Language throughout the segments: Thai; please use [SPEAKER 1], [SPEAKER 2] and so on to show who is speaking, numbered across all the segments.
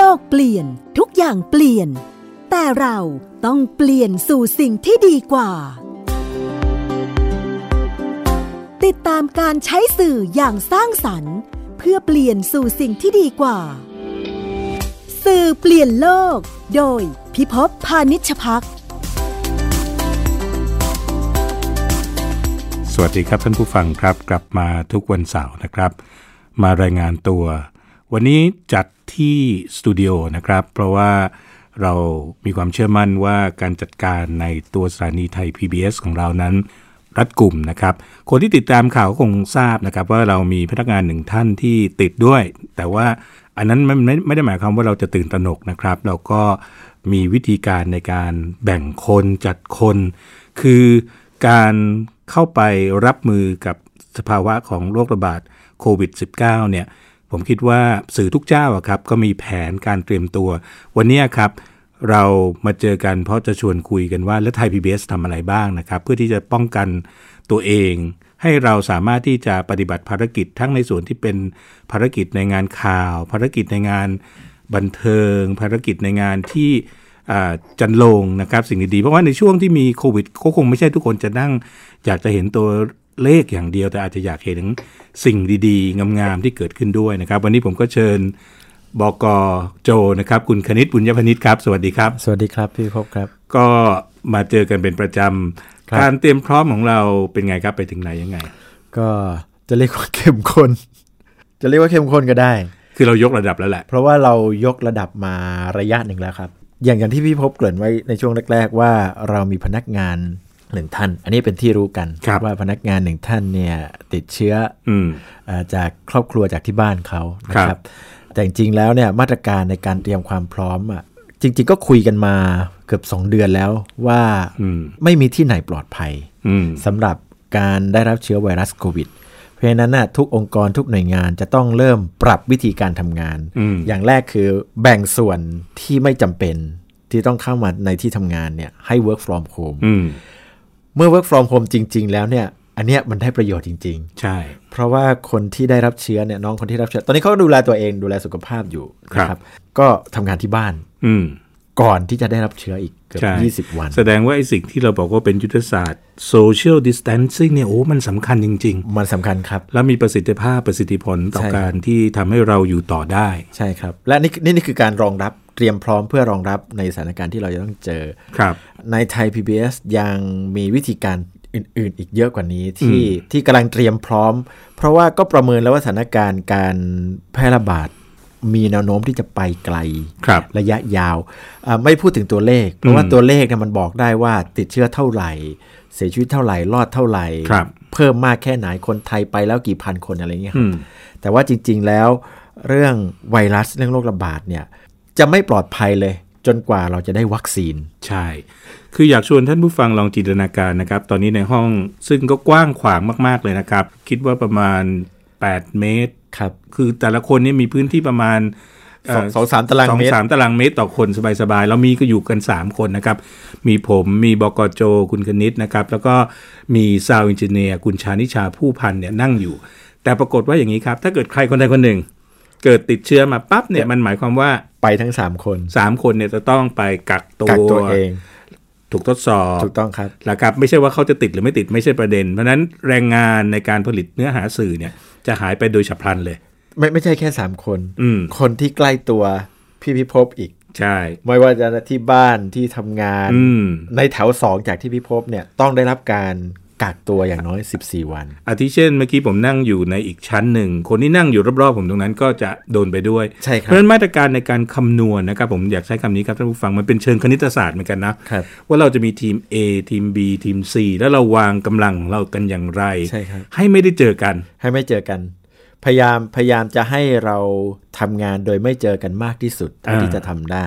[SPEAKER 1] ลกเปลี่ยนทุกอย่างเปลี่ยน แต่เราต้องเปลี่ยนสู่สิ่งที่ดีกว่า ติดตามการใช้สื่ออย่างสร้างสรรค์ เพื่อเปลี่ยนสู่สิ่งที่ดีกว่า สื่อเปลี่ยนโลก โดยพิภพพานิชพัก
[SPEAKER 2] สวัสดีครับท่านผู้ฟังครับ กลับมาทุกวันเสาร์นะครับ มารายงานตัว วันนี้จัดที่สตูดิโอนะครับ เพราะว่าเรามีความเชื่อมั่นว่าการจัดการในตัวสถานีไทย PBS ของเรานั้น รัดกลุ่มนะครับ คนที่ติดตามข่าวก็คงทราบนะครับ ว่าเรามีพนักงานหนึ่งท่านที่ติดด้วย แต่ว่าอันนั้นมันไม่ไม่ได้หมายความว่าเราจะตื่นตระหนกนะครับ เราก็มีวิธีการในการแบ่งคนจัดคน คือการเข้าไปรับมือกับสภาวะของโรคระบาดโควิด -19 เนี่ย ผมคิดว่าสื่อทุกเจ้าอะครับ ก็มีแผนการเตรียมตัว วันเนี้ยครับ เรามาเจอกันเพราะจะชวนคุยกันว่า แล้วไทย PBS ทำอะไรบ้างนะครับ เพื่อที่จะป้องกันตัวเอง ให้เราสามารถที่จะปฏิบัติภารกิจทั้งในส่วนที่เป็นภารกิจในงานข่าว ภารกิจในงานบันเทิง ภารกิจในงานที่ อ่าจันโลงนะครับสิ่งดีๆ เพราะว่าในช่วงที่มีโควิดก็คงไม่ใช่ทุกคนจะนั่ง อยากจะเห็นตัวเลขอย่างเดียว แต่อาจจะอยากเห็นสิ่งดีๆ งามๆ ที่เกิดขึ้นด้วยนะครับ วันนี้ผมก็เชิญบกโจนะครับ คุณคณิตบุญยพนิตครับ สวัสดีครับ
[SPEAKER 3] สวัสดีครับพี่พบครับ
[SPEAKER 2] ก็มาเจอกันเป็นประจ
[SPEAKER 3] ครับ
[SPEAKER 2] ำการเตรียมพร้อมของเราเป็นไงครับไปถึงไหนยังไง
[SPEAKER 3] ก็จะเรียกว่าเข้มข้น จะเรียกว่าเข้มข้นก็ได้
[SPEAKER 2] คือเรายกระดับแล้วแหละ
[SPEAKER 3] เพราะว่าเรายกระดับมาระยะหนึ่งแล้วครับ อย่างอย่างที่พี่พบเกริ่นไว้ในช่วงแรก ๆ ว่าเรามีพนักงานหนึ่งท่าน อันนี้เป็นที่รู้กัน
[SPEAKER 2] ครับ
[SPEAKER 3] ว่าพนักงานหนึ่งท่านเนี่ยติดเชื้อ
[SPEAKER 2] อืม
[SPEAKER 3] เอ่อจากครอบครัวจากที่บ้านเขานะ
[SPEAKER 2] ค
[SPEAKER 3] ค
[SPEAKER 2] รั
[SPEAKER 3] รับ
[SPEAKER 2] บ
[SPEAKER 3] แต่จริงๆแล้วเนี่ยมาตรการในการเตรียมความพร้อมอ่ะจริง ๆ ก็คุยกันมาเกือบสองเดือนแล้วว่า
[SPEAKER 2] อืม
[SPEAKER 3] ไม่มีที่ไหนปลอดภัย
[SPEAKER 2] อืม
[SPEAKER 3] สำหรับการได้รับเชื้อไวรัสโควิด เพราะฉะนั้นนะทุกองค์กรทุกหน่วยงานจะต้องเริ่มปรับวิธีการทำงาน
[SPEAKER 2] อืม
[SPEAKER 3] อย่างแรกคือแบ่งส่วนที่ไม่จำเป็นที่ต้องเข้ามาในที่ทำงานเนี่ยให้ work from home
[SPEAKER 2] อืม
[SPEAKER 3] เมื่อ work from home จริง ๆ แล้วเนี่ยอันเนี้ยมันได้ประโยชน์จริง
[SPEAKER 2] ใช่
[SPEAKER 3] ๆ เพราะว่าคนที่ได้รับเชื้อเนี่ยน้องคนที่รับเชื้อ ตอนนี้เขาดูแลตัวเองดูแลสุขภาพอยู่
[SPEAKER 2] ค
[SPEAKER 3] นะค
[SPEAKER 2] รั
[SPEAKER 3] รับ บ ก็ทำงานที่บ้าน
[SPEAKER 2] อืม
[SPEAKER 3] ก่อนที่จะได้รับเชื้ออีกเกือ
[SPEAKER 2] ใช่
[SPEAKER 3] บ20 วัน
[SPEAKER 2] แสดงว่าไอ้สิ่งที่เราบอกว่าเป็นยุทธศาสตร์ social distancing เนี่ยโอ้ มันสำคัญจริง
[SPEAKER 3] มันสำคัญครับ
[SPEAKER 2] ๆ แล้วมีประสิทธิภาพประสิทธิผลต่อ
[SPEAKER 3] ใช่
[SPEAKER 2] การที่ทำให้เราอยู่ต่อได้
[SPEAKER 3] ใช่ครับ และนี่นี่นี่คือการรองรับเตรียมพร้อมเพื่อรองรับในสถานการณ์ที่เราจะต้องเจอ
[SPEAKER 2] ครับ
[SPEAKER 3] ในไทย PBS ยังมีวิธีการอื่น ๆ อีกเยอะกว่านี้ที่ที่กำลังเตรียมพร้อม เพราะว่าก็ประเมินแล้วว่าสถานการณ์การแพร่ระบาดมีแนวโน้มที่จะไปไกล
[SPEAKER 2] ครับ
[SPEAKER 3] ระยะยาวเอ่อไม่พูดถึงตัวเลข เพราะว่าตัวเลขเนี่ยมันบอกได้ว่าติดเชื้อเท่าไหร่ เสียชีวิตเท่าไหร่ รอดเท่าไหร่
[SPEAKER 2] ครับ
[SPEAKER 3] เพิ่มมากแค่ไหนคนไทยไปแล้วกี่พันคนอะไรเงี้ยค
[SPEAKER 2] อื
[SPEAKER 3] รับ
[SPEAKER 2] ม
[SPEAKER 3] แต่ว่าจริง ๆแล้วเรื่องไวรัสเรื่องโรคระบาดเนี่ยจะไม่ปลอดภัยเลย จนกว่าเราจะได้วัคซีน
[SPEAKER 2] ใช่ คืออยากชวนท่านผู้ฟังลองจินตนาการนะครับ ตอนนี้ในห้องซึ่งก็กว้างขวางมาก ๆ เลยนะครับ คิดว่าประมาณ 8 เมตร
[SPEAKER 3] ครับ
[SPEAKER 2] คือแต่ละคนเนี่ยมีพื้นที่ประมาณเ
[SPEAKER 3] สองสองสามตารางเมต
[SPEAKER 2] ส
[SPEAKER 3] ร
[SPEAKER 2] องสามตารางเมตรต่อคนสบายๆแล้วมีก็อยู่กัน 3 คนนะครับ มีผมมีบกโจ คุณคณิตนะครับ แล้วก็มีซาวอินจเนียร์คุณชานิชาผู้พันเนี่ยนั่งอยู่ แต่ปรากฏว่าอย่างนี้ครับ ถ้าเกิดใครคนใดคนหนึ่ง เกิดติดเชื้อมาปั๊บเนี่ยมันหมายความว่า
[SPEAKER 3] ไปทั้ง 3 คน
[SPEAKER 2] 3 คนเนี่ยจะต้องไปกักตัว
[SPEAKER 3] กักตัวเอง
[SPEAKER 2] ถูกทดสอบ
[SPEAKER 3] ถูกต้องครับ
[SPEAKER 2] นะครับไม่ใช่ว่าเขาจะติดหรือไม่ติดไม่ใช่ประเด็น เพราะฉะนั้นแรงงานในการผลิตเนื้อหาสื่อเนี่ยจะหายไปโดยฉับพลันเลย
[SPEAKER 3] ไม่ไม่ใช่แค่ 3 คน
[SPEAKER 2] อืม
[SPEAKER 3] คนที่ใกล้ตัวพี่พิภพอีก
[SPEAKER 2] ใช่
[SPEAKER 3] ไม่ว่าจะที่บ้านที่ทำงาน
[SPEAKER 2] อืม
[SPEAKER 3] ในแถว 2 จากที่พิภพเนี่ยต้องได้รับการกักตัวอย่างน้อย 14 วัน
[SPEAKER 2] อาทิเช่นเมื่อกี้ผมนั่งอยู่ในอีกชั้นหนึ่ง คนที่นั่งอยู่รอบๆผมตรงนั้นก็จะโดนไปด้วย
[SPEAKER 3] ใช่ค
[SPEAKER 2] เพ
[SPEAKER 3] รั
[SPEAKER 2] ราะฉะนั้นมาตรการในการคำนวณนะครับ ผมอยากใช้คำนี้ครับท่านผู้ฟังมันเป็นเชิงคณิตศาสตร์เหมือนกันนะ
[SPEAKER 3] ครับ
[SPEAKER 2] ว่าเราจะมีทีม A ทีม B ทีม C แล้วเราวางกำลังของเรากันอย่างไร
[SPEAKER 3] ใช่ครับ
[SPEAKER 2] ให้ไม่ได้เจอกัน
[SPEAKER 3] ให้ไม่เจอกัน พยายามพยายามจะให้เราทำงานโดยไม่เจอกันมากที่สุดเท่า
[SPEAKER 2] อ่า
[SPEAKER 3] ที่จะทำได้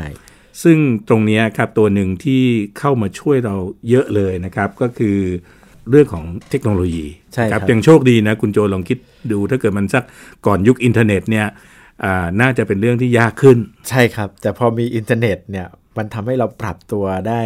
[SPEAKER 2] ซึ่งตรงเนี้ยครับตัวหนึ่งที่เข้ามาช่วยเราเยอะเลยนะครับ ก็คือเรื่องของเทคโนโลยี
[SPEAKER 3] ใช่ครับ
[SPEAKER 2] ยังโชคดีนะ คุณโจลองคิดดูถ้าเกิดมันสักก่อนยุคอินเทอร์เน็ตเนี่ยอ่าน่าจะเป็นเรื่องที่ยากขึ้น
[SPEAKER 3] ใช่ครับ แต่พอมีอินเทอร์เน็ตเนี่ยมันทำให้เราปรับตัวได้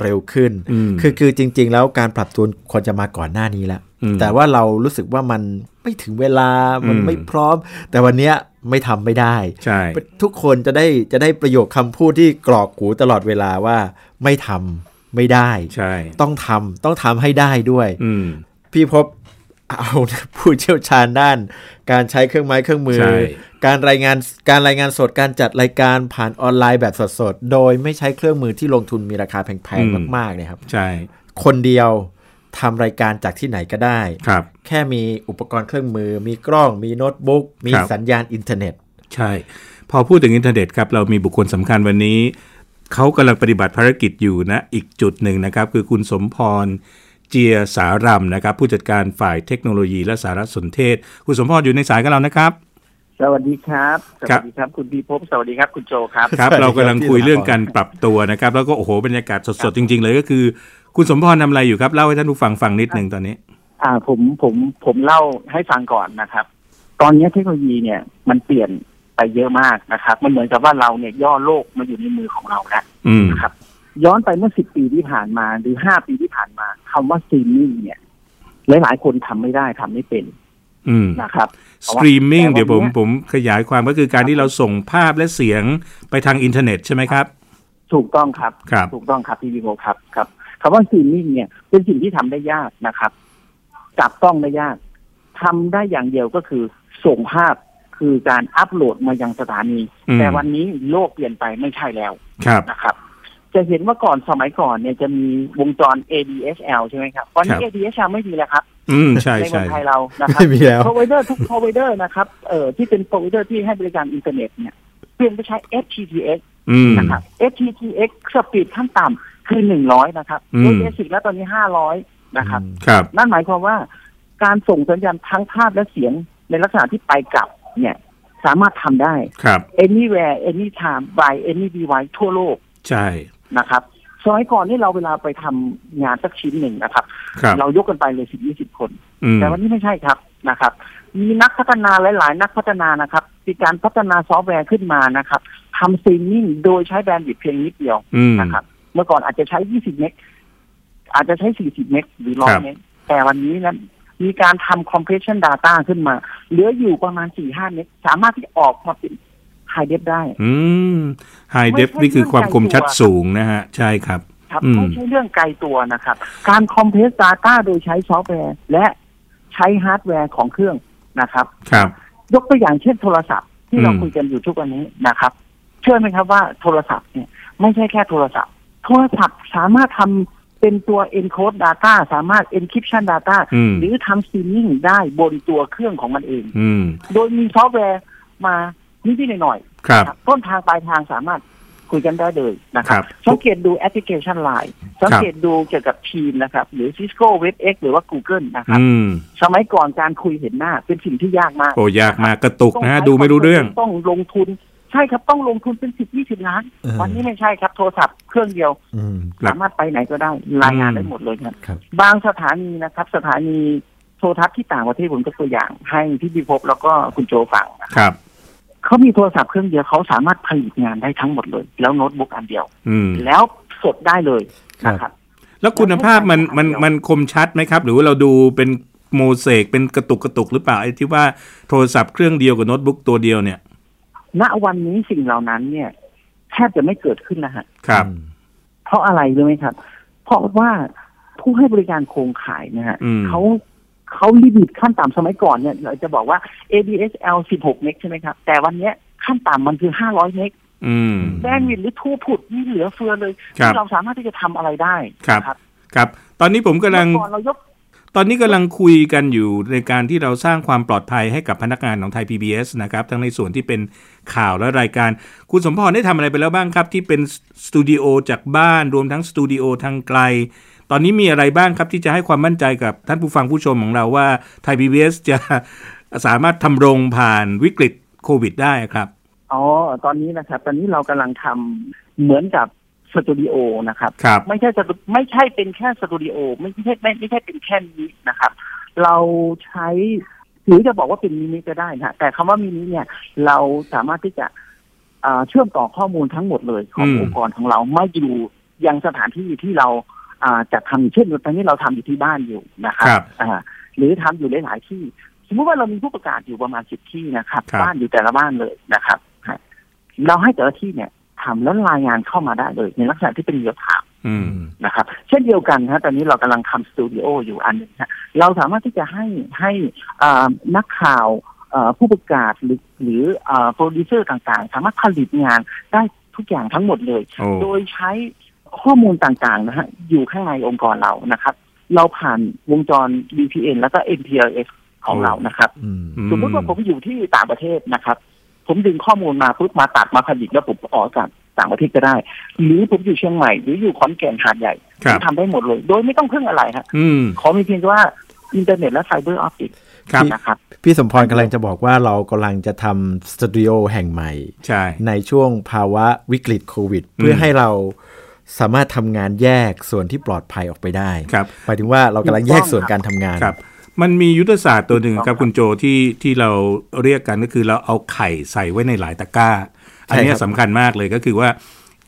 [SPEAKER 3] เร็วขึ้น
[SPEAKER 2] อืม
[SPEAKER 3] คือคือจริง ๆ แล้วการปรับตัวควรจะมาก่อนหน้านี้แล้ว
[SPEAKER 2] อืม
[SPEAKER 3] แต่ว่าเรารู้สึกว่ามันไม่ถึงเวลามัน
[SPEAKER 2] อืม
[SPEAKER 3] ไม่พร้อม แต่วันเนี้ย ไม่ทำไม่ได้
[SPEAKER 2] ใช่
[SPEAKER 3] ทุกคนจะได้จะได้ประโยคคำพูดที่กรอกหูตลอดเวลาว่าไม่ทำไม่ได้
[SPEAKER 2] ใช่
[SPEAKER 3] ต้องทำต้องทำให้ได้ด้วย
[SPEAKER 2] อืม
[SPEAKER 3] พี่พบเอา ผู้เชี่ยวชาญด้าน การใช้เครื่องไม้เครื่องมือ
[SPEAKER 2] ใช่
[SPEAKER 3] การรายงานการรายงานสดการจัดรายการผ่านออนไลน์แบบสดๆ โดยไม่ใช้เครื่องมือที่ลงทุนมีราคาแพงๆมากๆเนี่ยครับ
[SPEAKER 2] ใช่
[SPEAKER 3] คนเดียวทำรายการจากที่ไหนก็ได้
[SPEAKER 2] ครับ
[SPEAKER 3] แค่มีอุปกรณ์เครื่องมือ มีกล้องมีโน้ตบุ๊กมี
[SPEAKER 2] ครับ
[SPEAKER 3] สัญญาณอินเทอร์เน็ต
[SPEAKER 2] ใช่ พอพูดถึงอินเทอร์เน็ตครับ เรามีบุคคลสำคัญวันนี้ เขากำลังปฏิบัติภารกิจอยู่นะ อีกจุดหนึ่งนะครับ คือคุณสมพร เจียสารัมนะครับ ผู้จัดการฝ่ายเทคโนโลยีและสารสนเทศ คุณสมพรอยู่ในสายกับเรานะครับ
[SPEAKER 4] สวัสดีครับ
[SPEAKER 2] ค
[SPEAKER 4] ส
[SPEAKER 2] รั
[SPEAKER 4] วั
[SPEAKER 2] บ
[SPEAKER 4] สดีครับ คุณพีภพสวัสดีครับ คุณโจครับ
[SPEAKER 2] ครับ
[SPEAKER 3] สวัสดีครับ
[SPEAKER 2] เรากำลังคุย
[SPEAKER 3] พี่สมพร
[SPEAKER 2] เรื่องการปรับตัวนะครับ แล้วก็โอ้โหบรรยากาศสดๆจริง ๆ เลยก็คือ คุณสมพรทำอะไรอยู่ครับเล่าให้ท่านผู้ฟังฟังนิดหนึ่งตอนนี้
[SPEAKER 4] อ่าผมผมผมเล่าให้ฟังก่อนนะครับ ตอนนี้เทคโนโลยีเนี่ยมันเปลี่ยนไปเยอะมากนะครับ มันเหมือนกับว่าเราเนี่ยย่อโลกมาอยู่ในมือของเราแล้ว
[SPEAKER 2] อืม
[SPEAKER 4] นะครับ ย้อนไปเมื่อสิบปีที่ผ่านมาหรือห้าปีที่ผ่านมาคำว่าซีนิ่งเนี่ย หลายๆคนทำไม่ได้ทำไม่เป็น
[SPEAKER 2] อืม
[SPEAKER 4] นะครับ
[SPEAKER 2] สตรีมมิ่ง
[SPEAKER 4] แต่วันเนี้ย
[SPEAKER 2] เดี๋ยวผมผมขยายความก็คือการที่เราส่งภาพและเสียงไปทางอินเทอร์เน็ตใช่ไหมครับ
[SPEAKER 4] ถูกต้องครับ
[SPEAKER 2] ครับ
[SPEAKER 4] ถูกต้องครับพี่วิโมครับครับคำว่าซีนิ่งเนี่ยเป็นสิ่งที่ทำได้ยากนะครับ จับต้องได้ยากทำได้อย่างเดียวก็คือส่งภาพคือการอัปโหลดมายังสถานี
[SPEAKER 2] อืม
[SPEAKER 4] แต่วันนี้โลกเปลี่ยนไปไม่ใช่แล้ว
[SPEAKER 2] ครับ
[SPEAKER 4] นะครับ จะเห็นว่าก่อนสมัยก่อนเนี่ยจะมีวงจร ADSL ใช่ไหมครับตอน
[SPEAKER 2] ครั
[SPEAKER 4] นี้
[SPEAKER 2] บ
[SPEAKER 4] ADSL ไม่มีแล้วครับ
[SPEAKER 2] อืมใช่
[SPEAKER 4] ในเมื
[SPEAKER 2] ใช่
[SPEAKER 4] องไทยเรานะครับ
[SPEAKER 3] ไม่มีแล้ว
[SPEAKER 4] พรอไวเดอร์ทุกพรอไวเดอร์นะครับเอ่อที่เป็นพรอไวเดอร์ที่ให้บริการอินเทอร์เน็ตเนี่ยเปลี่ยนไปใช้ FTTX
[SPEAKER 2] อืม
[SPEAKER 4] นะครับ FTTX สปีดขั้นต่ำคือ 100 นะครับ
[SPEAKER 2] อืม
[SPEAKER 4] ด้วยเบสิกแล้วตอนนี้ 500 นะครับ
[SPEAKER 2] ครับ
[SPEAKER 4] นั่นหมายความว่าการส่งสัญญาณทั้งภาพและเสียงในลักษณะที่ไปกลับเนี่ยสามารถทำได้
[SPEAKER 2] ครับ
[SPEAKER 4] anywhere anytime by any device ทั่วโลก
[SPEAKER 2] ใช่
[SPEAKER 4] นะครับสมัยก่อนนี่เราเวลาไปทำงานสักชิ้นหนึ่งนะครับ
[SPEAKER 2] ครับ
[SPEAKER 4] เรายกกันไปเลยสิบยี่สิบคน
[SPEAKER 2] อืม
[SPEAKER 4] แต่วันนี้ไม่ใช่ครับนะครับ มีนักพัฒนาหลาย ๆ นักพัฒนานะครับมีการพัฒนาซอฟต์แวร์ขึ้นมานะครับทำซีนิ่งโดยใช้แบนด์วิดต์เพียงนิดเดียว
[SPEAKER 2] อืม
[SPEAKER 4] นะครับ เมื่อก่อนอาจจะใช้ 20 เมกอาจจะใช้ 40 เมกหรือ
[SPEAKER 2] ครับ
[SPEAKER 4] 100 เมกแต่วันนี้นั้นมีการทำ compression data ขึ้นมา เหลืออยู่ประมาณ 4-5 เมกสามารถที่ออกมาเป็น high def ได้
[SPEAKER 2] อืมไฮเดฟนี่คือความคมชัดสูงนะฮะ ใช่ครับ
[SPEAKER 4] ครับ
[SPEAKER 2] อืม
[SPEAKER 4] ไม่ใช่เรื่องไกลตัวนะครับ การคอมเพรส data โดยใช้ซอฟต์แวร์ และใช้ฮาร์ดแวร์ของเครื่องนะครับ
[SPEAKER 2] ครับ
[SPEAKER 4] ยกตัวอย่างเช่นโทรศัพท์ที่เรา
[SPEAKER 2] อืม
[SPEAKER 4] คุยกันอยู่ทุกวันนี้นะครับ เชื่อไหมครับว่าโทรศัพท์เนี่ยไม่ใช่แค่โทรศัพท์ โทรศัพท์สามารถทำเป็นตัว encode data สามารถ encryption data
[SPEAKER 2] อืม
[SPEAKER 4] หรือทำ streaming ได้บนตัวเครื่องของมันเอง
[SPEAKER 2] อืม
[SPEAKER 4] โดยมีซอฟต์แวร์มานิดๆหน่อย
[SPEAKER 2] ครับ
[SPEAKER 4] ๆครับต้นทางปลายทางสามารถคุยกันได้เลยนะค
[SPEAKER 2] ครั
[SPEAKER 4] รับบ สังเกตดูแอปพลิเคชัน Line สังเกตดูเกี่ยวกับทีมนะครับ หรือ Cisco WebEx หรือว่า Google นะครับ
[SPEAKER 2] อืม
[SPEAKER 4] สมัยก่อนการคุยเห็นหน้าเป็นสิ่งที่ยากมาก
[SPEAKER 2] โอ้ยากมากกระตุก
[SPEAKER 4] ต้อง
[SPEAKER 2] นะฮะ
[SPEAKER 4] ใช้
[SPEAKER 2] ดูไม่รู้เรื่อง
[SPEAKER 4] ต้องลงทุน ใช่ครับต้องลงทุนเป็นสิบยี่สิบล้าน
[SPEAKER 3] เออ
[SPEAKER 4] วันนี้ไม่ใช่ครับ โทรศัพท์เครื่องเดียว
[SPEAKER 3] อืม
[SPEAKER 2] ครับ
[SPEAKER 4] สามารถไปไหนก็ได้ รายงานได้หมดเลยครับ
[SPEAKER 3] ครับ
[SPEAKER 4] บางสถานีนะครับ สถานีโทรทัศน์ที่ต่างประเทศผมยกตัวอย่าง ให้พี่บิภพแล้วก็คุณโจฟังนะครับ เขามีโทรศัพท์เครื่องเดียวเขาสามารถผลิตงานได้ทั้งหมดเลย แล้วโน้ตบุ๊กอันเดียว
[SPEAKER 2] อืม
[SPEAKER 4] แล้วสดได้เลยนะครับ
[SPEAKER 2] แล้วคุณภาพมันมันมันคมชัดไหมครับ หรือว่าเราดูเป็นโมเสกเป็นกระตุกกระตุกหรือเปล่าไอ้ที่ว่าโทรศัพท์เครื่องเดียวกับโน้ตบุ๊กตัวเดียวเนี่ย
[SPEAKER 4] ณวันนี้สิ่งเหล่านั้นเนี่ยแทบจะไม่เกิดขึ้นนะฮะ
[SPEAKER 2] ครับ
[SPEAKER 4] เพราะอะไรรู้ไหมครับ เพราะว่าผู้ให้บริการโครงข่ายนะฮะ
[SPEAKER 2] อืม
[SPEAKER 4] เขาเขาลิมิตขั้นต่ำสมัยก่อนเนี่ยเราจะบอกว่า ADSL 16 เมกใช่ไหมครับ แต่วันเนี้ยขั้นต่ำมันคือ 500 เมก
[SPEAKER 2] อืม
[SPEAKER 4] แบนด์วิดต์หรือทูพุดนี่เหลือเฟือเลย
[SPEAKER 2] ครับ
[SPEAKER 4] ที่เราสามารถที่จะทำอะไรได้
[SPEAKER 2] ครับ ครับ ตอนนี้ผมกำลัง
[SPEAKER 4] เมื่อก่อนเรายก
[SPEAKER 2] ตอนนี้กำลังคุยกันอยู่ในการที่เราสร้างความปลอดภัยให้กับพนักงานของไทย PBS นะครับทั้งในส่วนที่เป็นข่าวและรายการ คุณสมพรได้ทำอะไรไปแล้วบ้างครับ ที่เป็นสตูดิโอจากบ้านรวมทั้งสตูดิโอทางไกล ตอนนี้มีอะไรบ้างครับที่จะให้ความมั่นใจกับท่านผู้ฟังผู้ชมของเราว่าไทย PBS จะ สามารถทำรงผ่านวิกฤตโควิดได้ครับ
[SPEAKER 4] อ๋อตอนนี้นะครับ ตอนนี้เรากำลังทำเหมือนกับสตูดิโอนะครับ
[SPEAKER 2] ครับ
[SPEAKER 4] ไม่ใช่สตูไม่ใช่เป็นแค่สตูดิโอไม่ใช่ไม่ไม่ใช่เป็นแค่นี้นะครับ เราใช้หรือจะบอกว่าเป็นมินิก็ได้นะแต่คำว่ามินิเนี่ย เราสามารถที่จะเอ่อเชื่อมต่อข้อมูลทั้งหมดเลยของ
[SPEAKER 2] อืม
[SPEAKER 4] องค์กรของเราไม่อยู่ยังสถานที่ที่เราอ่าจัดทำเช่นตอนนี้เราทำอยู่ที่บ้านอยู่นะครับ
[SPEAKER 2] ครับ
[SPEAKER 4] อ่าหรือทำอยู่หลายๆที่ ส มมติว่าเรามีผู้ประกาศอยู่ประมาณสิบที่นะครับ
[SPEAKER 2] ครับ
[SPEAKER 4] นอยู่แต่ละบ้านเลยนะครับฮะเราให้แต่ละที่เนี่ยทำแล้วรายงานเข้ามาได้เลย ในลักษณะที่เป็นเรียลไทม์
[SPEAKER 2] อืม
[SPEAKER 4] นะครับ เช่นเดียวกันนะฮะตอนนี้เรากำลังทำสตูดิโออยู่อันหนึงฮะเราสามารถที่จะให้ให้อ่านักข่าวเอ่อผู้ประกาศหรือหรืออ่าโปรดิวเซอร์ต่างๆ สามารถผลิตงานได้ทุกอย่างทั้งหมดเลย
[SPEAKER 2] โอ้
[SPEAKER 4] โดยใช้ข้อมูลต่างๆนะฮะอยู่ข้างในองค์กรเรานะครับ เราผ่านวงจร VPN แล้วก็ MPLS ของเรานะครับ
[SPEAKER 3] อืม
[SPEAKER 2] อื
[SPEAKER 4] สมมติว่าผมอยู่ที่ต่างประเทศนะครับ ผมดึงข้อมูลมาปุ๊บมาตัดมาผลิตแล้วผมออกจากต่างประเทศก็ได้ หรือผมอยู่เชียงใหม่หรืออยู่ขอนแก่นหาดใหญ่ผ
[SPEAKER 2] ครั
[SPEAKER 4] ม
[SPEAKER 2] บ
[SPEAKER 4] ทำได้หมดเลย โดยไม่ต้องพึ่งอะไรฮะ
[SPEAKER 2] อืม
[SPEAKER 4] ขอมีเพียงแต่ว่าอินเทอร์เน็ตและไฟเบอร์ออปติก
[SPEAKER 2] ครับ
[SPEAKER 4] นะครับ
[SPEAKER 3] พี่สมพรกำลังจะบอกว่าเรากำลังจะทำสตูดิโอแห่งใหม่
[SPEAKER 2] ใช่
[SPEAKER 3] ในช่วงภาวะวิกฤตโควิด เพื่อให้เราสามารถทำงานแยกส่วนที่ปลอดภัยออกไปได้
[SPEAKER 2] ครับ
[SPEAKER 3] หมายถึงว่าเรากำลังแยกส่วนการทำงาน
[SPEAKER 2] ครับ มันมียุทธศาสตร์ตัวหนึ่งครับคุณโจที่ที่เราเรียกกันก็คือเราเอาไข่ใส่ไว้ในหลายตะกร้า อันเนี้ย
[SPEAKER 3] ใช่ครับ
[SPEAKER 2] สำคัญมากเลยก็คือว่า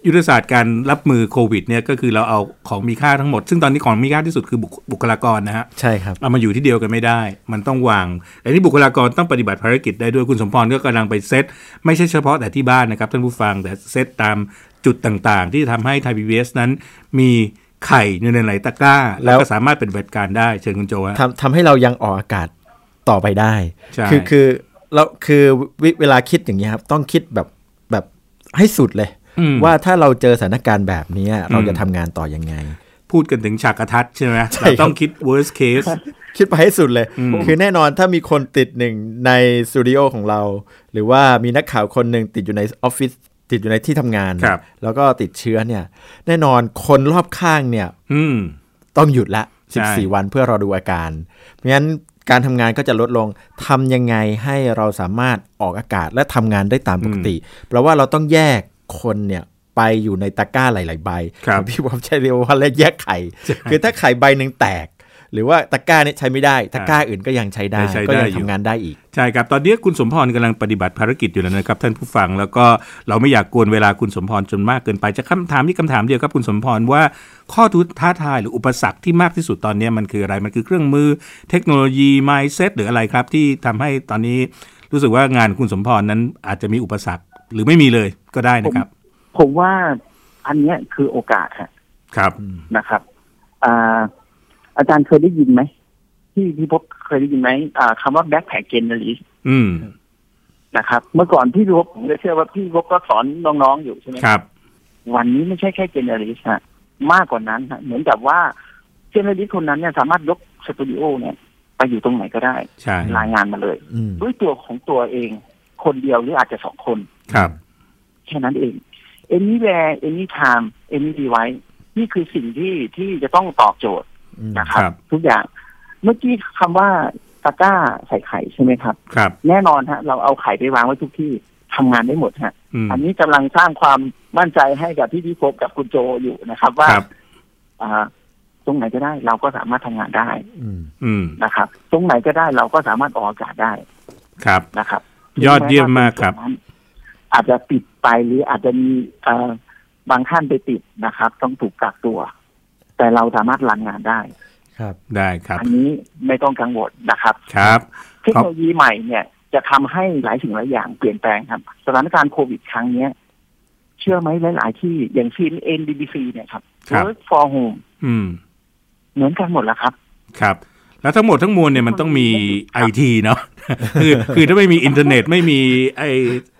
[SPEAKER 2] ยุทธศาสตร์การรับมือโควิดเนี่ยก็คือเราเอาของมีค่าทั้งหมด ซึ่งตอนนี้ของมีค่าที่สุดคือบุคบุคลากรนะฮะ
[SPEAKER 3] ใช่ครับ
[SPEAKER 2] เอามาอยู่ที่เดียวกันไม่ได้ มันต้องวางอันนี้บุคลากรต้องปฏิบัติภารกิจได้ด้วยคุณสมพรก็กำลังไปเซตไม่ใช่เฉพาะแต่ที่บ้านนะครับท่านผู้ฟังแต่เซตตามจุดต่างๆ ที่จะทำให้ไทยพีบีนั้น มีไข่อยู่ในไหลายตะกร้า
[SPEAKER 3] แล้
[SPEAKER 2] แล้ว วก็สามารถเป็นบัติการได้เชิญคุณโจฮะ
[SPEAKER 3] ทำทำให้เรายังออกอากาศต่อไปได้
[SPEAKER 2] ใช่
[SPEAKER 3] คือคือเราคือวิเวลาคิดอย่างนี้ยครับ ต้องคิดแบบแบบให้สุดเลย
[SPEAKER 2] อืม
[SPEAKER 3] ว่าถ้าเราเจอสถานการณ์แบบเนี้ยเรา
[SPEAKER 2] อืม
[SPEAKER 3] จะทำงานต่อยังไง
[SPEAKER 2] พูดกันถึงฉากกระทัดใช่ไหม
[SPEAKER 3] ใช่ครับ
[SPEAKER 2] เราต้องคิด worst case
[SPEAKER 3] คิดไปให้สุดเลย คือแน่นอนถ้ามีคนติดหนึ่งในสตูดิโอของเรา หรือว่ามีนักข่าวคนหนึ่งติดอยู่ในออฟฟิศติดอยู่ในที่ทำงาน
[SPEAKER 2] ครับ
[SPEAKER 3] แล้วก็ติดเชื้อเนี่ย แน่นอนคนรอบข้างเนี่ย
[SPEAKER 2] อืม
[SPEAKER 3] ต้องหยุดละ
[SPEAKER 2] ใช่
[SPEAKER 3] 14 วันเพื่อรอดูอาการ เพราะฉะนั้นการทำงานก็จะลดลง ทำยังไงให้เราสามารถออกอากาศและทำงานได้ตามปกติ แปลว่าเราต้องแยกคนเนี่ยไปอยู่ในตะกร้าหลาย ๆ ใบ
[SPEAKER 2] ครับ
[SPEAKER 3] พี่วอมใช้เรียกว่าแยกไข่ คือถ้าไข่ใบหนึ่งแตก หรือว่าตะกร้าเนี่ยใช้ไม่ได้ ตะกร้าอื่นก็ยังใช้ได้
[SPEAKER 2] ยังใช้ได้
[SPEAKER 3] ก็ยัง
[SPEAKER 2] อยู่
[SPEAKER 3] ทำงานได้อีก
[SPEAKER 2] ใช่ครับตอนนี้คุณสมพรกำลังปฏิบัติภารกิจอยู่แล้วนะครับท่านผู้ฟังแล้วก็เราไม่อยากกวนเวลาคุณสมพรจนมากเกินไปจะคำถามที่คำถามเดียวครับคุณสมพรว่าข้อทุท้าทายหรืออุปสรรคที่มากที่สุดตอนนี้มันคืออะไรมันคือเครื่องมือ เทคโนโลยี mindset หรืออะไรครับ ที่ทำให้ตอนนี้รู้สึกว่างานคุณสมพรนั้นอาจจะมีอุปสรรคหรือไม่มีเลยก็ได้นะครับ
[SPEAKER 4] ผมว่าอันเนี้ยคือโอกาสฮะ
[SPEAKER 2] ครับ
[SPEAKER 4] นะครับอาอาจารย์เคยได้ยินไหมที่พี่พบเคยได้ยินไหมอ่าคำาว่า backpack generalist
[SPEAKER 2] อืม
[SPEAKER 4] นะครับ เมื่อก่อนพี่พบผมก็เชื่อว่าพี่พบก็สอนน้องๆอยู่ใช่ไหม
[SPEAKER 2] ครับ
[SPEAKER 4] วันนี้ไม่ใช่แค่ generalist ฮะมากกว่านั้นฮะเหมือนกับว่า generalist คนนั้นเนี่ยสามารถยกสตูดิโอเนี่ยไปอยู่ตรงไหนก็ได้
[SPEAKER 2] ใช่
[SPEAKER 4] รายงานมาเลย
[SPEAKER 3] อืม
[SPEAKER 4] ด้วยตัวของตัวเอง คนเดียวหรืออาจจะสองคน
[SPEAKER 2] ครับ
[SPEAKER 4] แค่นั้นเอง anywhere anytime any device นี่คือสิ่งที่ที่จะต้องตอบโจทย์
[SPEAKER 3] อืม
[SPEAKER 4] นะครับ
[SPEAKER 2] ครับ
[SPEAKER 4] ทุกอย่าง เมื่อกี้คำว่าตะกร้าใส่ไข่ใช่ไหมครับ
[SPEAKER 2] ครับ
[SPEAKER 4] แน่นอนฮะ เราเอาไข่ไปวางไว้ทุกที่ทำงานได้หมดฮะ
[SPEAKER 2] อืม
[SPEAKER 4] อันนี้กำลังสร้างความมั่นใจให้กับพี่พิภพกับคุณโจอยู่นะครับ ว่า
[SPEAKER 2] ครับ
[SPEAKER 4] อ่า ตรงไหนก็ได้เราก็สามารถทำงานได้
[SPEAKER 3] อืม
[SPEAKER 2] อืม
[SPEAKER 4] นะครับ ตรงไหนก็ได้เราก็สามารถออกอากาศได้
[SPEAKER 2] ครับ
[SPEAKER 4] นะครับ
[SPEAKER 2] ยอดเยี่ยมมากครับ
[SPEAKER 4] อาจจะปิดไปหรืออาจจะมีเอ่อบางท่านไปติดนะครับ ต้องถูกกักตัว แต่เราสามารถรันงานได้
[SPEAKER 3] ครับ
[SPEAKER 2] ได้ครับ
[SPEAKER 4] อันนี้ไม่ต้องกังวลนะครับ
[SPEAKER 2] ครับ
[SPEAKER 4] เทคโนโลยีใหม่เนี่ยจะทำให้หลายสิ่งหลายอย่างเปลี่ยนแปลงครับ สถานการณ์โควิดครั้งเนี้ย เชื่อไหมหลาย ๆ ที่อย่างฟินเอ็นดีบีซีเนี่ยครับ
[SPEAKER 2] ครับ
[SPEAKER 4] work for home
[SPEAKER 2] อืม
[SPEAKER 4] เหมือนกันหมดแล้วครับ
[SPEAKER 2] ครับ แล้วทั้งหมดทั้งมวลเนี่ยมันต้องมีไอ
[SPEAKER 4] ครับ
[SPEAKER 2] ทีเนาะ คือคือถ้าไม่มีอินเทอร์เน็ตไม่มีไอ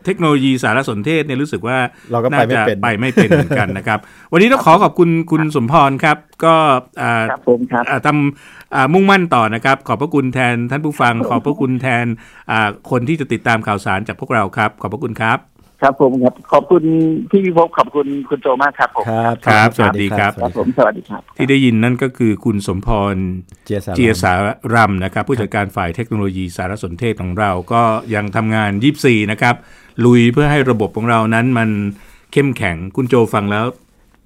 [SPEAKER 2] เทคโนโลยีสารสนเทศเนี่ยรู้สึกว่า
[SPEAKER 3] เราก็ไปไม่เป็น
[SPEAKER 2] าจะไปไม่เป็นเหมือนกันนะครับ วันนี้ต้องขอขอบคุณคุณสมพรครับ ก็อ่า
[SPEAKER 4] ครับผมครับ
[SPEAKER 2] อ่าทำอ่ามุ่งมั่นต่อนะครับ ขอบพระคุณแทนท่านผู้ฟัง ขอบพระคุณแทนอ่าคนที่จะติดตามข่าวสารจากพวกเราครับ ขอบพระคุณครับ
[SPEAKER 4] ครับผมครับ ขอบคุณพี่วิภพขอบคุณคุณโจมากครับผม
[SPEAKER 3] ครับ
[SPEAKER 2] ครับสวัสดีครับ
[SPEAKER 4] ครับผมสวัสดีครับ
[SPEAKER 2] ที่ได้ยินนั่นก็คือคุณสมพร
[SPEAKER 3] เจียสา
[SPEAKER 2] เจีย
[SPEAKER 3] ราม
[SPEAKER 2] สารัมนะครับผู้จัดการฝ่ายเทคโนโลยีสารสนเทศของเราก็ยังทำงาน 24 นะครับ ลุยเพื่อให้ระบบของเรานั้นมันเข้มแข็งคุณโจฟังแล้ว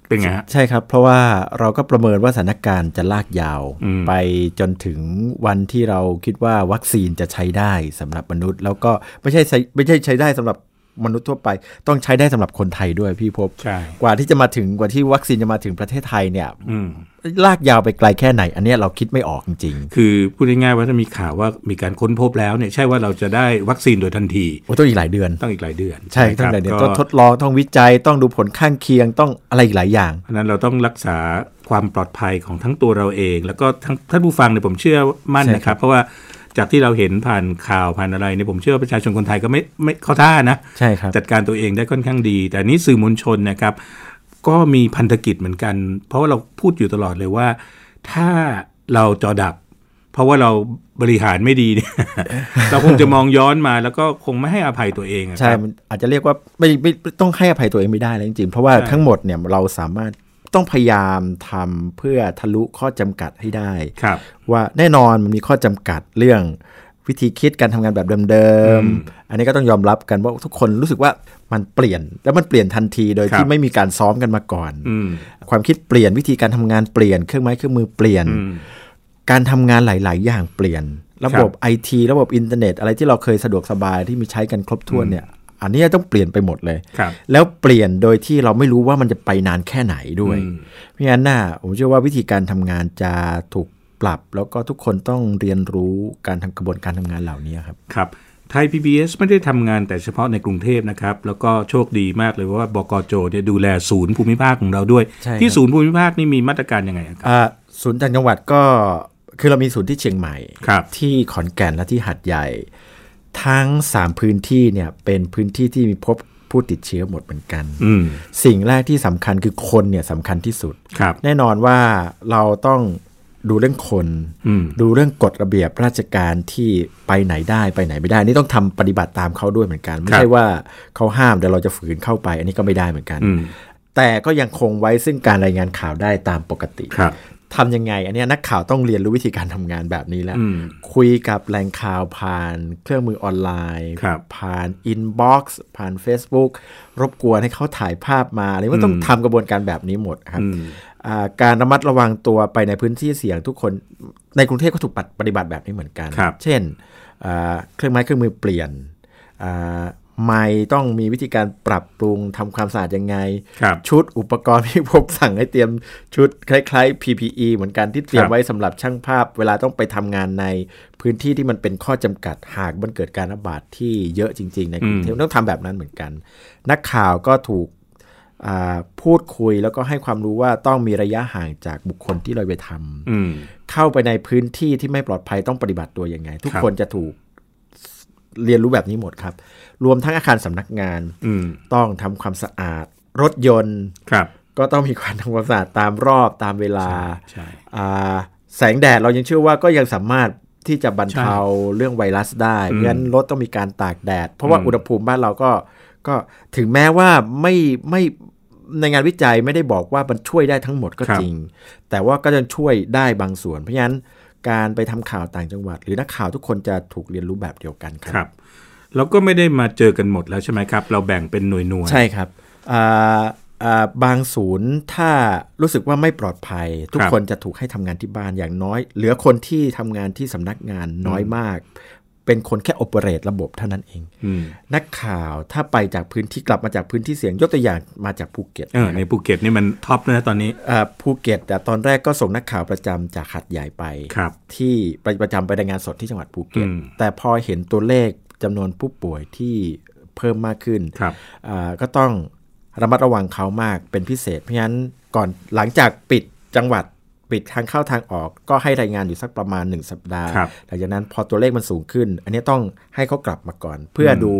[SPEAKER 2] เป็นไงฮะ
[SPEAKER 3] ใช่ครับ เพราะว่าเราก็ประเมินว่าสถานการณ์จะลากยาว
[SPEAKER 2] อืม
[SPEAKER 3] ไปจนถึงวันที่เราคิดว่าวัคซีนจะใช้ได้สำหรับมนุษย์ แล้วก็ไม่ใช่ใช้ไม่ใช่ใช้ได้สำหรับ มนุษย์ทั่วไป ต้องใช้ได้สำหรับคนไทยด้วยพี่พบ
[SPEAKER 2] ใช่
[SPEAKER 3] กว่าที่จะมาถึงกว่าที่วัคซีนจะมาถึงประเทศไทยเนี่ย
[SPEAKER 2] อืม
[SPEAKER 3] ลากยาวไปไกลแค่ไหน อันเนี้ยเราคิดไม่ออกจริง
[SPEAKER 2] คือพูดง่ายๆว่าถ้ามีข่าวว่ามีการค้นพบแล้วเนี่ยใช่ว่าเราจะได้วัคซีนโดยทันที
[SPEAKER 3] ๆโอ้ต้องอีกหลายเดือน
[SPEAKER 2] ต้องอีกหลายเดือน
[SPEAKER 3] ใช่
[SPEAKER 2] ะ
[SPEAKER 3] ตั้
[SPEAKER 2] ค
[SPEAKER 3] ง
[SPEAKER 2] รับ
[SPEAKER 3] แต่เนี่ย
[SPEAKER 2] ก็
[SPEAKER 3] ต้องทดลองต้องวิจัยต้องดูผลข้างเคียงต้องอะไรอีกหลายอย่าง
[SPEAKER 2] เพราะฉะนั้นเราต้องรักษาความปลอดภัยของทั้งตัวเราเอง แล้วก็ทั้งท่านผู้ฟังเนี่ยผมเชื่อมั่น
[SPEAKER 3] ใช่
[SPEAKER 2] นะค
[SPEAKER 3] ครั
[SPEAKER 2] รับ
[SPEAKER 3] บ
[SPEAKER 2] เพราะว่าจากที่เราเห็นผ่านข่าวผ่านอะไรเนี่ยผมเชื่อว่าประชาชนคนไทยก็ไม่ไม่เข้าท่านะ
[SPEAKER 3] ใช่ครับ
[SPEAKER 2] จัดการตัวเองได้ค่อนข้างดี แต่อันนี้สื่อมวลชนนะครับ ก็มีพันธกิจเหมือนกัน เพราะว่าเราพูดอยู่ตลอดเลยว่า ถ้าเราจอดับ เพราะว่าเราบริหารไม่ดีเนี่ย เราคงจะมองย้อนมาแล้วก็คงไม่ให้อภัยตัวเองอะค
[SPEAKER 3] ใช่
[SPEAKER 2] รับ
[SPEAKER 3] มันอาจจะเรียกว่าไม่ไม่ไม่ต้องให้อภัยตัวเองไม่ได้แล้วจริงๆ เพราะว่า
[SPEAKER 2] ใช่
[SPEAKER 3] ทั้งหมดเนี่ยเราสามารถต้องพยายามทำเพื่อทะลุข้อจำกัดให้ได้
[SPEAKER 2] ครับ
[SPEAKER 3] ว่าแน่นอนมันมีข้อจำกัดเรื่องวิธีคิดการทำงานแบบเดิมๆ อันนี้ก็ต้องยอมรับกันว่าทุกคนรู้สึกว่ามันเปลี่ยน แล้วมันเปลี่ยนทันทีโดย
[SPEAKER 2] ครับ
[SPEAKER 3] ที่ไม่มีการซ้อมกันมาก่อน
[SPEAKER 2] อืม
[SPEAKER 3] ความคิดเปลี่ยนวิธีการทำงานเปลี่ยนเครื่องไม้เครื่องมือเปลี่ยน
[SPEAKER 2] อืม
[SPEAKER 3] การทำงานหลาย ๆ อย่างเปลี่ยน ระบบไอทีระบบอินเทอร์เน็ต อะไรที่เราเคยสะดวกสบายที่มีใช้กันครบถ้วนเนี่ย อันนี้ต้องเปลี่ยนไปหมดเลย
[SPEAKER 2] ครับ
[SPEAKER 3] แล้วเปลี่ยนโดยที่เราไม่รู้ว่ามันจะไปนานแค่ไหนด้วย
[SPEAKER 2] อืม
[SPEAKER 3] เพราะฉะนั้นน่ะผมเชื่อว่าวิธีการทำงานจะถูกปรับ แล้วก็ทุกคนต้องเรียนรู้การทำกระบวนการทำงานเหล่านี้ครับ
[SPEAKER 2] ครับไทย PBS ไม่ได้ทำงานแต่เฉพาะในกรุงเทพนะครับ แล้วก็โชคดีมากเลยว่าบกโจเนี่ยดูแลศูนย์ภูมิภาคของเราด้วย
[SPEAKER 3] ใช่ครับ
[SPEAKER 2] ที่ศูนย์ภูมิภาคนี่มีมาตรการยังไงอะครับ
[SPEAKER 3] อ่าศูนย์ต่างจังหวัดก็คือเรามีศูนย์ที่เชียงใหม่
[SPEAKER 2] ครับ
[SPEAKER 3] ที่ขอนแก่นและที่หัดใหญ่ ทั้ง 3 พื้นที่เนี่ยเป็นพื้นที่ที่มีพบผู้ติดเชื้อหมดเหมือนกัน
[SPEAKER 2] อืม
[SPEAKER 3] สิ่งแรกที่สำคัญคือคนเนี่ยสำคัญที่สุด
[SPEAKER 2] ครับ
[SPEAKER 3] แน่นอนว่าเราต้องดูเรื่องคน
[SPEAKER 2] อืม
[SPEAKER 3] ดูเรื่องกฎระเบียบราชการที่ไปไหนได้ไปไหนไม่ได้ นี่ต้องทำปฏิบัติตามเขาด้วยเหมือนกัน ไม่
[SPEAKER 2] ครั
[SPEAKER 3] ใช่
[SPEAKER 2] บ
[SPEAKER 3] ว่าเขาห้ามแต่เราจะฝืนเข้าไป อันนี้ก็ไม่ได้เหมือนกัน
[SPEAKER 2] อืม
[SPEAKER 3] แต่ก็ยังคงไว้ซึ่งการรายงานข่าวได้ตามปกติ
[SPEAKER 2] ครับ
[SPEAKER 3] ทำยังไง อันเนี้ยนักข่าวต้องเรียนรู้วิธีการทำงานแบบนี้แล้ว
[SPEAKER 2] อืม
[SPEAKER 3] คุยกับแหล่งข่าวผ่านเครื่องมือออนไลน์
[SPEAKER 2] ครับ
[SPEAKER 3] ผ่านอินบ็อกซ์ผ่าน Facebook รบกวนให้เขาถ่ายภาพมาอะไรมันต้องทำกระบวนการแบบนี้หมดครับ
[SPEAKER 2] อืม
[SPEAKER 3] อ่าการระมัดระวังตัวไปในพื้นที่เสี่ยงทุกคนในกรุงเทพก็ถูกปฏิบัติแบบนี้เหมือนกัน
[SPEAKER 2] ครับ
[SPEAKER 3] เช่นอ่าเครื่องไม้เครื่องมือเปลี่ยนอ่าไม่ต้องมีวิธีการปรับปรุงทำความสะอาดยังไง
[SPEAKER 2] ครับ
[SPEAKER 3] ชุดอุปกรณ์ที่ผมสั่งให้เตรียมชุด คล้ายๆ PPE เหมือนกันที่เตรีย
[SPEAKER 2] ค
[SPEAKER 3] ม
[SPEAKER 2] รับ
[SPEAKER 3] ไว้สำหรับช่างภาพ เวลาต้องไปทำงานในพื้นที่ที่มันเป็นข้อจำกัดหากมันเกิดการระบาดที่เยอะจริง ๆ ในกรุงเทพต้องทำแบบนั้นเหมือนกัน นักข่าวก็ถูกอ่าพูดคุยแล้วก็ให้ความรู้ว่าต้องมีระยะห่างจากบุคคลที่เราไปทำ
[SPEAKER 2] อืม
[SPEAKER 3] เข้าไปในพื้นที่ที่ไม่ปลอดภัยต้องปฏิบัติตัวยังไง ทุก
[SPEAKER 2] ครับ
[SPEAKER 3] คนจะถูกเรียนรู้แบบนี้หมดครับ รวมทั้งอาคารสำนักงาน
[SPEAKER 2] อืม
[SPEAKER 3] ต้องทำความสะอาด รถยนต์
[SPEAKER 2] ครับ
[SPEAKER 3] ก็ต้องมีการทำความสะอาดตามรอบตามเวลา
[SPEAKER 2] ใช่
[SPEAKER 3] อ่าแสงแดดเรายังเชื่อว่าก็ยังสามารถที่จะบรรเทาเรื่องไวรัสได้
[SPEAKER 2] อืม
[SPEAKER 3] เพราะฉะนั้นรถต้องมีการตากแดด เพราะว่า
[SPEAKER 2] อืม
[SPEAKER 3] อุณหภูมิบ้านเราก็ก็ถึงแม้ว่าไม่ไม่ในงานวิจัยไม่ได้บอกว่ามันช่วยได้ทั้งหมดก็จริง แต่ว่าก็จะช่วยได้บางส่วน เพราะฉะนั้นการไปทำข่าวต่างจังหวัด หรือนักข่าวทุกคนจะถูกเรียนรู้แบบเดียวกันครั
[SPEAKER 2] ค
[SPEAKER 3] บ
[SPEAKER 2] รับแล้วก็ไม่ได้มาเจอกันหมดแล้วใช่ไหมครับ เราแบ่งเป็นหน่วยหน่วยๆ
[SPEAKER 3] ใช่ครับอ่าอ่าบางศูนย์ถ้ารู้สึกว่าไม่ปลอดภัย ทุก
[SPEAKER 2] ครับ
[SPEAKER 3] คนจะถูกให้ทำงานที่บ้านอย่างน้อย เหลือคนที่ทำงานที่สำนักงานน้อยมาก เป็นคนแค่โอเปเรตระบบเท่านั้นเอง
[SPEAKER 2] อืม
[SPEAKER 3] นักข่าวถ้าไปจากพื้นที่กลับมาจากพื้นที่เสี่ยงยกตัวอย่างมาจากภูเก็ต
[SPEAKER 2] เออในภูเก็ตนี่มันท็อปนะตอนนี้
[SPEAKER 3] อ่าภูเก็ตแต่ตอนแรกก็ส่งนักข่าวประจำจากหัดใหญ่ไป
[SPEAKER 2] ครับ
[SPEAKER 3] ที่ไปประจำไปรายงานสดที่จังหวัดภูเก็ต
[SPEAKER 2] อืม
[SPEAKER 3] แต่พอเห็นตัวเลขจำนวนผู้ป่วยที่เพิ่มมากขึ้น
[SPEAKER 2] ครับ
[SPEAKER 3] อ่าก็ต้องระมัดระวังเขามากเป็นพิเศษ เพราะฉะนั้นก่อนหลังจากปิดจังหวัดปิดทางเข้าทางออก ก็ให้รายงานอยู่สักประมาณ 1 สัปดาห์
[SPEAKER 2] ครับ
[SPEAKER 3] หลังจากนั้นพอตัวเลขมันสูงขึ้น อันนี้ต้องให้เขากลับมาก่อน เพื่อดู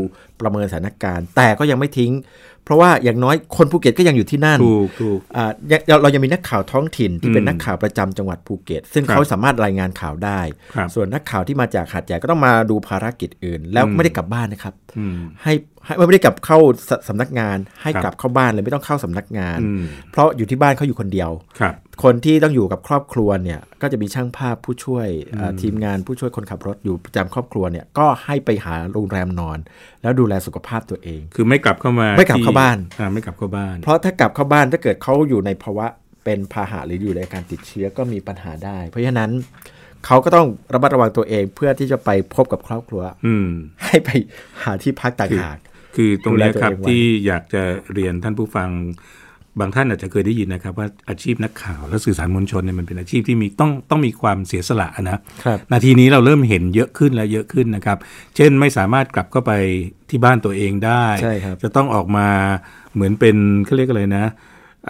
[SPEAKER 3] ประเมินสถานการณ์ แต่ก็ยังไม่ทิ้ง เพราะว่าอย่างน้อยคนภูเก็ตก็ยังอยู่ที่นั่น
[SPEAKER 2] ถูกถูก
[SPEAKER 3] อ่ายังเราเรายังมีนักข่าวท้องถิ่นที่เป็
[SPEAKER 2] อื
[SPEAKER 3] น
[SPEAKER 2] ม
[SPEAKER 3] นักข่าวประจำจังหวัดภูเก็ต ซึ่ง
[SPEAKER 2] ครับ
[SPEAKER 3] เขาสามารถรายงานข่าวได้
[SPEAKER 2] ครับ
[SPEAKER 3] ส่วนนักข่าวที่มาจากหาดใหญ่ก็ต้องมาดูภารกิจอื่น แล้วไม่ได้กลับบ้านนะครับ
[SPEAKER 2] อืม
[SPEAKER 3] ให้ให้ไม่ได้กลับเข้าสสำนักงาน ให้
[SPEAKER 2] ครับ
[SPEAKER 3] กลับเข้าบ้านเลยไม่ต้องเข้าสำนักงาน
[SPEAKER 2] อืม
[SPEAKER 3] เพราะอยู่ที่บ้านเขาอยู่คนเดียว
[SPEAKER 2] ครับ
[SPEAKER 3] คนที่ต้องอยู่กับครอบครัวเนี่ยก็จะมีช่างภาพผู้ช่วยเอ่อทีมงานผู้ช่วยคนขับรถอยู่ประจำครอบครัวเนี่ยก็ให้ไปหาโรงแรมนอน แล้วดูแลสุขภาพตัวเอง
[SPEAKER 2] คือไม่กลับเข้ามา
[SPEAKER 3] ไม่กลับเข้า
[SPEAKER 2] ที่
[SPEAKER 3] บ้าน
[SPEAKER 2] อ่ไม่กลับเข้าบ้าน
[SPEAKER 3] เพราะถ้ากลับเข้าบ้านถ้าเกิดเขาอยู่ในภาวะเป็นพาหะหรืออยู่ในอาการติดเชื้อก็มีปัญหาได้ เพราะฉะนั้น เขาก็ต้องระมัดระวังตัวเองเพื่อที่จะไปพบกับครอบครัว
[SPEAKER 2] อืม
[SPEAKER 3] ให้ไปหาที่พักต่างหาก
[SPEAKER 2] คือตรงเนี้ยครับ
[SPEAKER 3] ดูแลตัวเองไว้
[SPEAKER 2] ที่อยากจะเรียนท่านผู้ฟัง บางท่านอาจจะเคยได้ยินนะครับ ว่าอาชีพนักข่าวและสื่อสารมวลชนเนี่ยมันเป็นอาชีพที่มีต้องต้องมีความเสียสละนะ
[SPEAKER 3] ครับ
[SPEAKER 2] นาทีนี้เราเริ่มเห็นเยอะขึ้นและเยอะขึ้นนะครับ เช่นไม่สามารถกลับเข้าไปที่บ้านตัวเองได้
[SPEAKER 3] ใช่ครับ
[SPEAKER 2] จะต้องออกมาเหมือนเป็นเขาเรียกอะไรนะ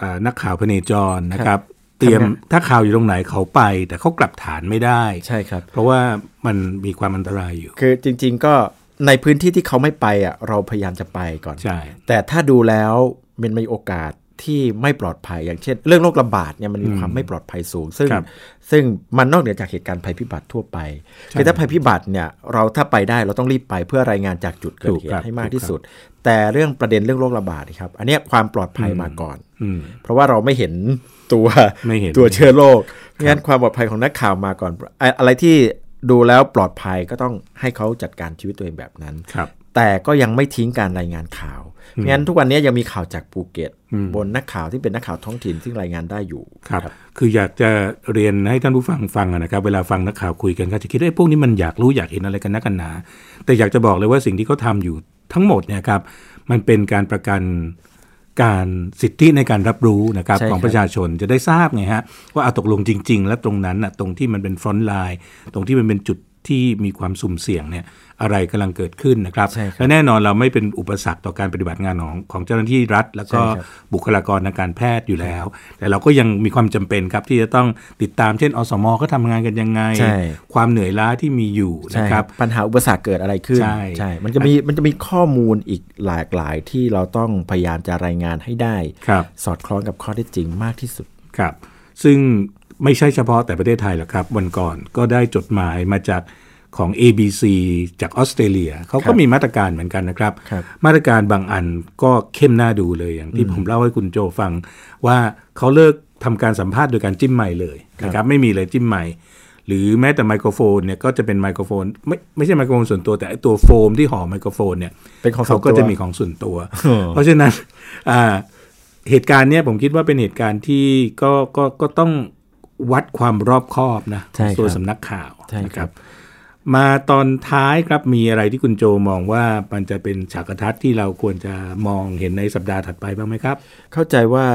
[SPEAKER 2] อ่านักข่าวพเนจรนะครับ เตรียม
[SPEAKER 3] ทำงาน
[SPEAKER 2] ถ้าข่าวอยู่ตรงไหนเขาไป แต่เขากลับฐานไม่ได้
[SPEAKER 3] ใช่ครับ
[SPEAKER 2] เพราะว่ามันมีความอันตรายอยู่
[SPEAKER 3] คือจริง ๆก็ในพื้นที่ที่เขาไม่ไปอ่ะเราพยายามจะไปก่อน
[SPEAKER 2] ใช่
[SPEAKER 3] แต่ถ้าดูแล้วมันมีโอกาสที่ไม่ปลอดภัย อย่างเช่น เรื่องโรคระบาดเนี่ยมันมีความไม่ปลอดภัยสูง ซึ่ง
[SPEAKER 2] ครับ
[SPEAKER 3] ซึ่งมันนอกเหนือจากเหตุการณ์ภัยพิบัติทั่วไป
[SPEAKER 2] ใช่
[SPEAKER 3] คือถ้าภัยพิบัติเนี่ยเราถ้าไปได้เราต้องรีบไปเพื่อรายงานจากจุดเกิ
[SPEAKER 2] ถู
[SPEAKER 3] ด
[SPEAKER 2] ก
[SPEAKER 3] เห
[SPEAKER 2] ครั
[SPEAKER 3] ตุ
[SPEAKER 2] บ
[SPEAKER 3] ให้มาก
[SPEAKER 2] ถู
[SPEAKER 3] ที่
[SPEAKER 2] กครับ
[SPEAKER 3] สุด แต่เรื่องประเด็นเรื่องโรคระบาดนี่ครับอันเนี้ยความปลอดภัยมาก่อน
[SPEAKER 2] อืม
[SPEAKER 3] เพราะว่าเราไม่เห็นตัว
[SPEAKER 2] ไม่เห็น
[SPEAKER 3] ตัวเชื้อโรคงั้นความปลอดภัยของนักข่าวมาก่อนอะอะไรที่ดูแล้วปลอดภัยก็ต้องให้เขาจัดการชีวิตตัวเองแบบนั้น
[SPEAKER 2] ครับ
[SPEAKER 3] แต่ก็ยังไม่ทิ้งการรายงานข่าวงั้นทุกวันนี้ยังมีข่าวจากภูเก็ต
[SPEAKER 2] อืม
[SPEAKER 3] บนนักข่าวที่เป็นนักข่าวท้องถิ่นซึ่งรายงานได้อยู่
[SPEAKER 2] ครับ คืออยากจะเรียนให้ท่านผู้ฟังฟังอะนะครับ เวลาฟังนักข่าวคุยกันก็จะคิดว่าเอ้ยพวกนี้มันอยากรู้อยากเห็นอะไรกันนักกันหนา แต่อยากจะบอกเลยว่าสิ่งที่เขาทำอยู่ทั้งหมดเนี่ยครับ มันเป็นการประกันการสิทธิในการรับรู้นะครับ
[SPEAKER 3] ใช่ครับ
[SPEAKER 2] ของประชาชนจะได้ทราบไงฮะว่าเอาตกลงจริง ๆ และตรงนั้นน่ะตรงที่มันเป็นฟรอนต์ไลน์ตรงที่มันเป็นจุดที่มีความสุ่มเสี่ยงเนี่ยอะไรกำลังเกิดขึ้นนะครับ
[SPEAKER 3] ใช่ครับ
[SPEAKER 2] และแน่นอนเราไม่เป็นอุปสรรคต่อการปฏิบัติงานของของเจ้าหน้าที่รัฐ แล้วก็
[SPEAKER 3] ใช่ครับ
[SPEAKER 2] บุคลากรทางการแพทย์อยู่แล้ว แต่เราก็ยังมีความจำเป็นครับที่จะต้องติดตามเช่นอสมก็ทำงานกันยังไง
[SPEAKER 3] ใช่
[SPEAKER 2] ความเหนื่อยล้าที่มีอยู่นะครับ
[SPEAKER 3] ปัญหาอุปสรรคเกิดอะไรขึ้น
[SPEAKER 2] ใช่
[SPEAKER 3] มันจะมีมันจะมีข้อมูลอีกหลากหลายที่เราต้องพยายามจะรายงานให้ได้
[SPEAKER 2] ครับ
[SPEAKER 3] สอดคล้องกับข้อเท็จจริงมากที่สุด
[SPEAKER 2] ครับซึ่งไม่ใช่เฉพาะแต่ประเทศไทยหรอกครับ วันก่อนก็ได้จดหมายมาจากของ ABC จากออสเตรเลียเขาก็มีมาตรการเหมือนกันนะครับ
[SPEAKER 3] ครับ
[SPEAKER 2] มาตรการบางอันก็เข้มหน้าดูเลยอย่างที่ผมเล่าให้คุณโจฟัง ว่าเขาเลิกทำการสัมภาษณ์โดยการจิ้มไมค์เลยนะครับไม่มีเลยจิ้มไมค์หรือแม้แต่ไมโครโฟนเนี่ยก็จะเป็นไมโครโฟนไม่ไม่ใช่ไมโครโฟนส่วนตัวแต่ไอ้ตัวโฟมที่ห่อไมโครโฟนเนี่ย
[SPEAKER 3] เป็นของส่วนตัว
[SPEAKER 2] เขาก็จะมีของส่วนตัว
[SPEAKER 3] เออ
[SPEAKER 2] เพราะฉะนั้น อ่าเหตุการณ์เนี้ยผมคิดว่าเป็นเหตุการณ์ที่ก็ก็ก็ต้องวัดความรอบคอบนะ
[SPEAKER 3] ใช่ครับ
[SPEAKER 2] ตัวสำนักข่าว
[SPEAKER 3] ใช่ครับ
[SPEAKER 2] นะมาตอนท้ายครับมีอะไรที่คุณโจมองว่ามันจะเป็นฉากทัศน์ที่เราควรจะมองเห็นในสัปดาห์ถัดไปบ้างไหมครับ
[SPEAKER 3] เข้าใจว่า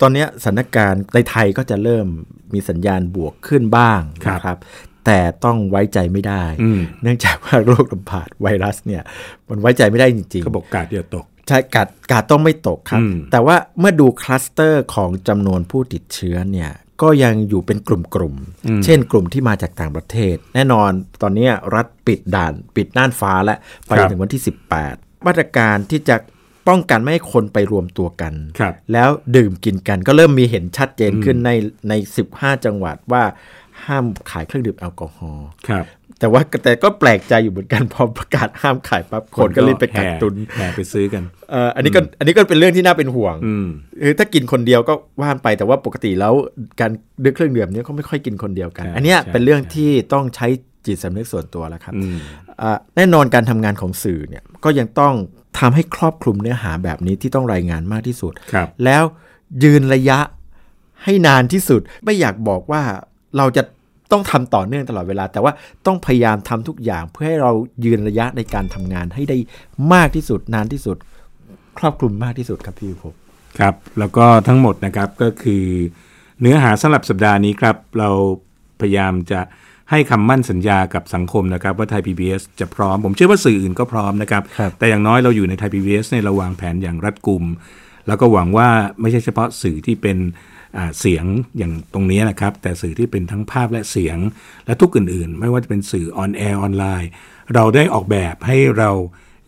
[SPEAKER 3] ตอนเนี้ยสถานการณ์ในไทยก็จะเริ่มมีสัญญาณบวกขึ้นบ้าง
[SPEAKER 2] ครับ
[SPEAKER 3] นะครับ แต่ต้องไว้ใจไม่ได้
[SPEAKER 2] อืม
[SPEAKER 3] เนื่องจากว่าโรคระบาดไวรัสเนี่ยมันไว้ใจไม่ได้จริง
[SPEAKER 2] เขาบอกกาดเดียวตก
[SPEAKER 3] ๆใช่กาดกาดต้องไม่ตกครับ
[SPEAKER 2] อืม
[SPEAKER 3] แต่ว่าเมื่อดูคลัสเตอร์ของจำนวนผู้ติดเชื้อเนี่ยก็ยังอยู่เป็นกลุ่มๆ เช่นกลุ่มที่มาจากต่างประเทศ แน่นอนตอนเนี้ยรัฐปิดด่าน ปิดน่านฟ้าและไปจนถึงวันที่ 18 มาตรการที่จะป้องกันไม่ให้คนไปรวมตัวกัน
[SPEAKER 2] ครับ
[SPEAKER 3] แล้วดื่มกินกันก็เริ่มมีเห็นชัดเจนขึ้นในใน 15 จังหวัดว่าห้ามขายเครื่องดื่มแอลกอฮอล์
[SPEAKER 2] ครับ
[SPEAKER 3] แต่ว่าแต่ก็แปลกใจอยู่เหมือนกัน พอประกาศห้ามขายปั๊บคนก็รีบไปกักตุน
[SPEAKER 2] แห่แห่ไปซื้อกัน
[SPEAKER 3] เอ่ออันนี้ก็อันนี้ก็เป็นเรื่องที่น่าเป็นห่วง
[SPEAKER 2] อืม
[SPEAKER 3] คือถ้ากินคนเดียวก็ว่านไปแต่ว่าปกติแล้วการดื่มเครื่องดื่มเนี้ยเขาไม่ค่อยกินคนเดียวกัน
[SPEAKER 2] ใช่
[SPEAKER 3] อันเนี้ย
[SPEAKER 2] ใช่
[SPEAKER 3] เป็นเรื่องที่ต้องใช้จิตสำนึกส่วนตัวแล้วครับ
[SPEAKER 2] อืม
[SPEAKER 3] อ่ะแน่นอนการทำงานของสื่อเนี่ยก็ยังต้องทำให้ครอบคลุมเนื้อหาแบบนี้ที่ต้องรายงานมากที่สุด
[SPEAKER 2] ครับ
[SPEAKER 3] แล้วยืนระยะให้นานที่สุด ไม่อยากบอกว่าเราจะต้องทำต่อเนื่องตลอดเวลา แต่ว่าต้องพยายามทำทุกอย่างเพื่อให้เรายืนระยะในการทำงานให้ได้มากที่สุด นานที่สุด ครอบคลุมมากที่สุดครับพี่วิภพ
[SPEAKER 2] ครับ แล้วก็ทั้งหมดนะครับก็คือเนื้อหาสำหรับสัปดาห์นี้ครับ เราพยายามจะให้คำมั่นสัญญากับสังคมนะครับ ว่าไทย PBS จะพร้อม ผมเชื่อว่าสื่ออื่นก็พร้อมนะครับ
[SPEAKER 3] ครับ
[SPEAKER 2] แต่อย่างน้อยเราอยู่ในไทย PBS ในยเราวางแผนอย่างรัดกุม แล้วก็หวังว่าไม่ใช่เฉพาะสื่อที่เป็นอ่าเสียงอย่างตรงนี้นะครับ แต่สื่อที่เป็นทั้งภาพและเสียง และทุกอื่นๆ ไม่ว่าจะเป็นสื่อออนแอร์ออนไลน์ เราได้ออกแบบให้เรา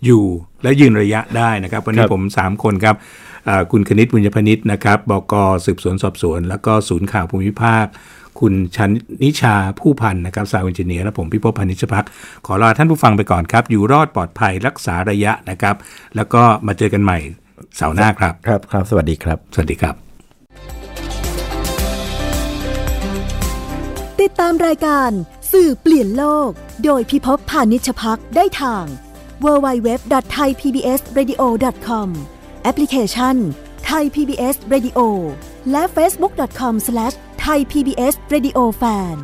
[SPEAKER 2] อยู่และยืนระยะได้นะครับ วันนี้ผม ผมสามคนครับอ่าคุณคณิตบุญยพนิษฐ์นะครับบกสืบสวนสอบสวน แล้วก็ศูนย์ข่าวภูมิภาค คุณชันนิชาผู้พันธ์นะครับสาวอินเจเนียร์และผมพิภพพานิชพักขอลาท่านผู้ฟังไปก่อนครับ อยู่รอดปลอดภัยรักษาระยะนะครับ แล้วก็มาเจอกันใหม่เสาร์หน้าครับ
[SPEAKER 3] ครับครับ สวัสดีครับ
[SPEAKER 2] สวัสดีครับ
[SPEAKER 1] ติดตามรายการสื่อเปลี่ยนโลก โดยพิภพพานิชพักได้ทาง www.thaipbsradio.com แอปพลิเคชัน Thai PBS Radio และ facebook.com/thaipbsradiofan